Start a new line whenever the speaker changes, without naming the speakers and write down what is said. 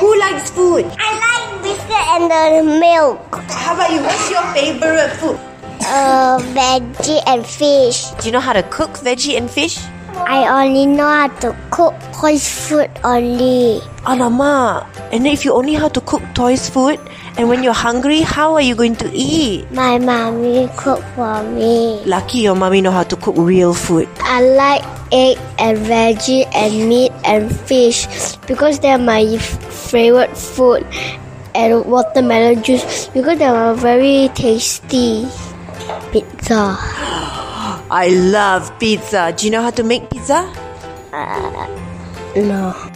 likes food?
I like biscuit and the milk,
How about you? What's your favorite food?
uh, veggie and fish.
Do you know how to cook veggie and fish?
I only know how to cook Thai food only.
Alama, and if you only how to cook toys food, and when you're hungry, how are you going to eat?
My mommy cook for me.
Lucky your mommy know how to cook real food.
I like egg and veggie and meat and fish because they're my f- favorite food and watermelon juice because they are very tasty. Pizza.
I love pizza. Do you know how to make pizza?
No.